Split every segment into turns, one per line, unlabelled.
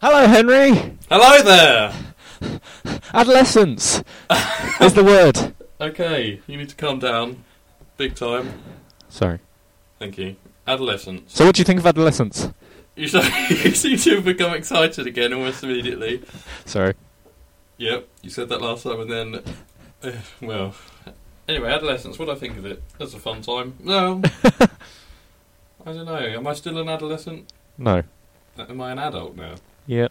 Hello, Henry.
Hello there!
Adolescence is the word.
Okay, you need to calm down. Big time.
Sorry.
Thank you. Adolescence.
So, what do you think of adolescence?
You, should, you seem to have become excited again almost immediately.
Sorry.
Yep, you said that last time and then. eh, well. Anyway, adolescence, what do I think of it? That's a fun time. No. I don't know. Am I still an adolescent? Uh,
No.
Am I an adult now?
Yeah.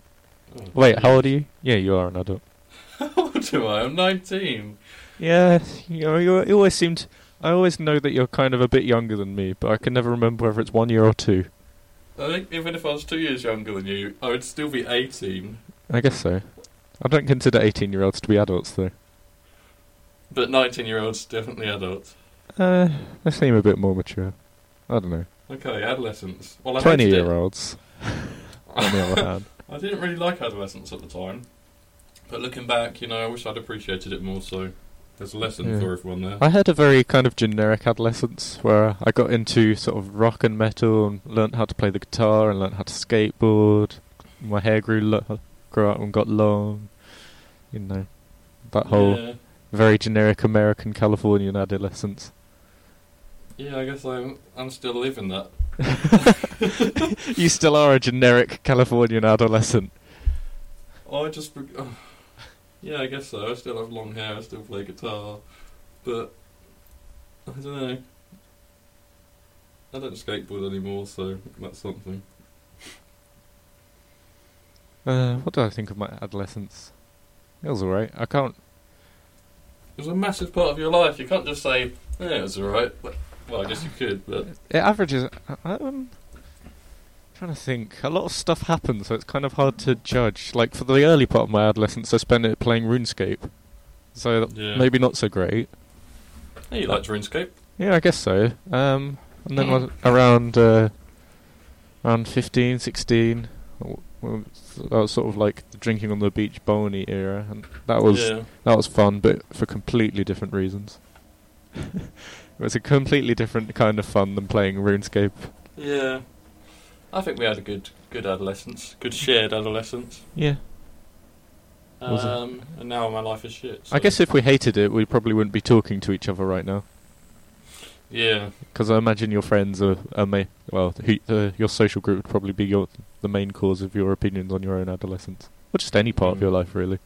Oh,
Wait, how old are you? Yeah, you are an adult.
How old am I? I'm 19.
Yeah, you, know, you you always seemed. I always know that you're kind of a bit younger than me, but I can never remember whether it's one year or two.
I think even if I was two years younger than you, I would still be 18.
I guess so. I don't consider 18 year olds to be adults, though.
But 19 year olds definitely adults.
Uh, they seem a bit more mature. I don't know.
Okay, adolescence. Well, I
20
hated it.
year olds, on the other hand.
I didn't really like adolescence at the time, but looking back, you know, I wish I'd appreciated it more. So there's a lesson
Yeah.
for everyone there.
I had a very kind of generic adolescence where I got into sort of rock and metal and learnt how to play the guitar and learnt how to skateboard. My hair grew lo- grew out and got long. You know, that whole
Yeah,
very generic American Californian adolescence.
yeah. I guess I'm I'm still living that.
you still are a generic Californian adolescent.
I just, be- oh, yeah, I guess so. I still have long hair. I still play guitar, but I don't know. I don't skateboard anymore, so that's something.
Uh, what do I think of my adolescence? It was alright. I can't.
It was a massive part of your life. You can't just say, "Yeah, it was alright." But- Well, I guess you could, but
It averages. I- I'm trying to think. A lot of stuff happened, so it's kind of hard to judge. Like for the early part of my adolescence, I spent it playing RuneScape, so that
Yeah.
maybe not so great.
hey, you liked RuneScape.
Yeah, I guess so. Um, and then wa- around uh, around 15, 16, w- w- that was sort of like the drinking on the beach bony era, and that was
yeah.
that was fun, but for completely different reasons. it was a completely different kind of fun than playing RuneScape.
Yeah, I think we had a good good adolescence, good shared adolescence.
Yeah. Was it?
Um, and now my life is shit.
I
so-
guess if we hated it, we probably wouldn't be talking to each other right now.
Yeah,
Because I imagine your friends are, are ma- well, who, uh, your social group would probably be your the main cause of your opinions on your own adolescence, or just any part of
Mm.
your life, really.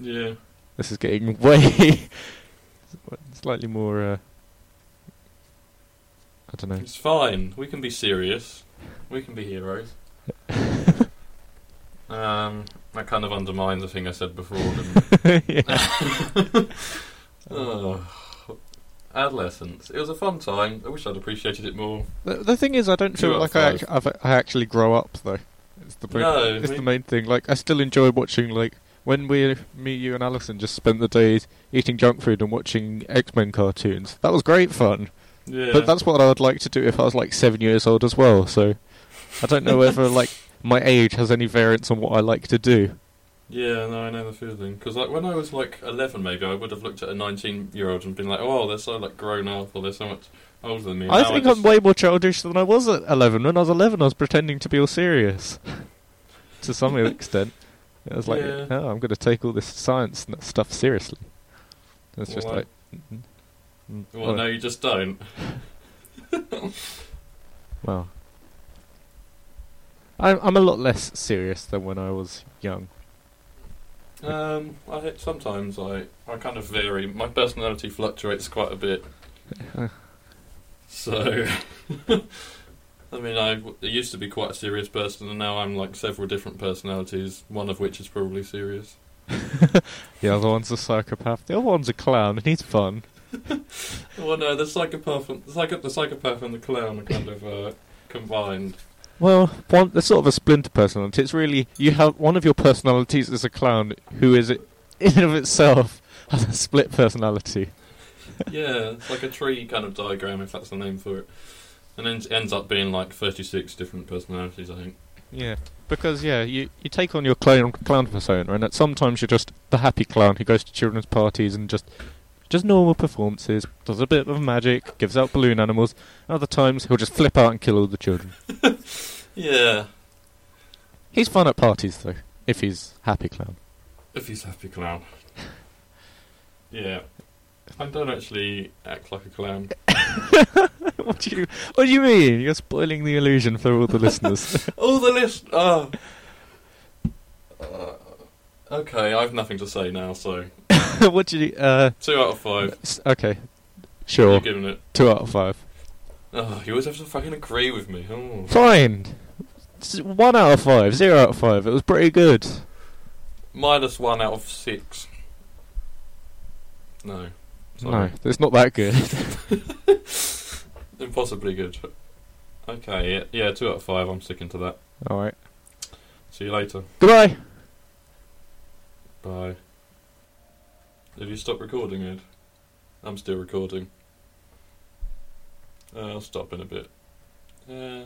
yeah.
This is getting way slightly more. Uh, I don't know.
It's fine. We can be serious. We can be heroes. um, that kind of undermined the thing I said before. didn't
Yeah.
it? oh. Adolescence. It was a fun time. I wish I'd appreciated it more.
The, the thing is, I don't
Two
feel like
out of
I,
five.
act- I've, I actually grow up though. It's the main,
No,
it's
me-
the main thing. Like I still enjoy watching like when we, me, you, and Alison just spent the days eating junk food and watching X Men cartoons. That was great fun.
Yeah.
But that's what I would like to do if I was like seven years old as well. So I don't know whether like my age has any variance on what I like to do.
Yeah, no, I know the feeling. Because like when I was like eleven, maybe I would have looked at a nineteen-year-old and been like, "Oh, they're so like grown up, or they're so much older than me."
I
Now
think
just-
I'm way more childish than I was at eleven. When I was eleven, I was pretending to be all serious to some extent. It was like,
Yeah.
oh, I'm going to take all this science and that stuff seriously. It's just
Well,
like, "Mm-hmm.
Well, no, you just don't.
well, I'm I'm a lot less serious than when I was young.
Um, I think sometimes I I kind of vary. My personality fluctuates quite a bit. So, I mean, I, w- I used to be quite a serious person, and now I'm like several different personalities. One of which is probably serious.
The other one's a psychopath. The other one's a clown, and he's fun.
Well, no, the psychopath, and, the, psycho, the psychopath and the clown are kind of uh, combined.
Well, one that's sort of a splinter personality. It's really you have one of your personalities is a clown who is in and of itself has a split personality.
yeah, it's like a tree kind of diagram, if that's the name for it. And then it ends up being like 36 different personalities, I think.
Yeah. Because yeah, you, you take on your clown clown persona and that sometimes you're just the happy clown who goes to children's parties and just just normal performances, does a bit of magic, gives out balloon animals. Other times he'll just flip out and kill all the children.
Yeah.
He's fun at parties though, if he's happy clown.
If he's happy clown. yeah. I don't actually act like a clown.
what do you What do you mean? You're spoiling the illusion for all the listeners.
All the list. Oh. Uh, okay, I have nothing to say now. So
what do you? Uh,
two out of five.
s- okay, sure.
You're giving it.
Two out of five.
Oh, you always have to fucking agree with me. Oh.
Fine. S- One out of five. Zero out of five. It was pretty good.
Minus one out of six. No. Sorry.
No, it's not that good.
Impossibly good. Okay, yeah, yeah, two out of five. I'm sticking to that.
all right.
See you later.
Goodbye.
Bye. Have you stopped recording, Ed? I'm still recording. Uh, I'll stop in a bit. Uh,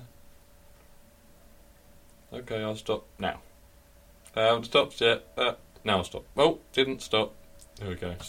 okay, I'll stop now. I haven't stopped yet. Uh, now I'll stop. Oh, didn't stop. There we go.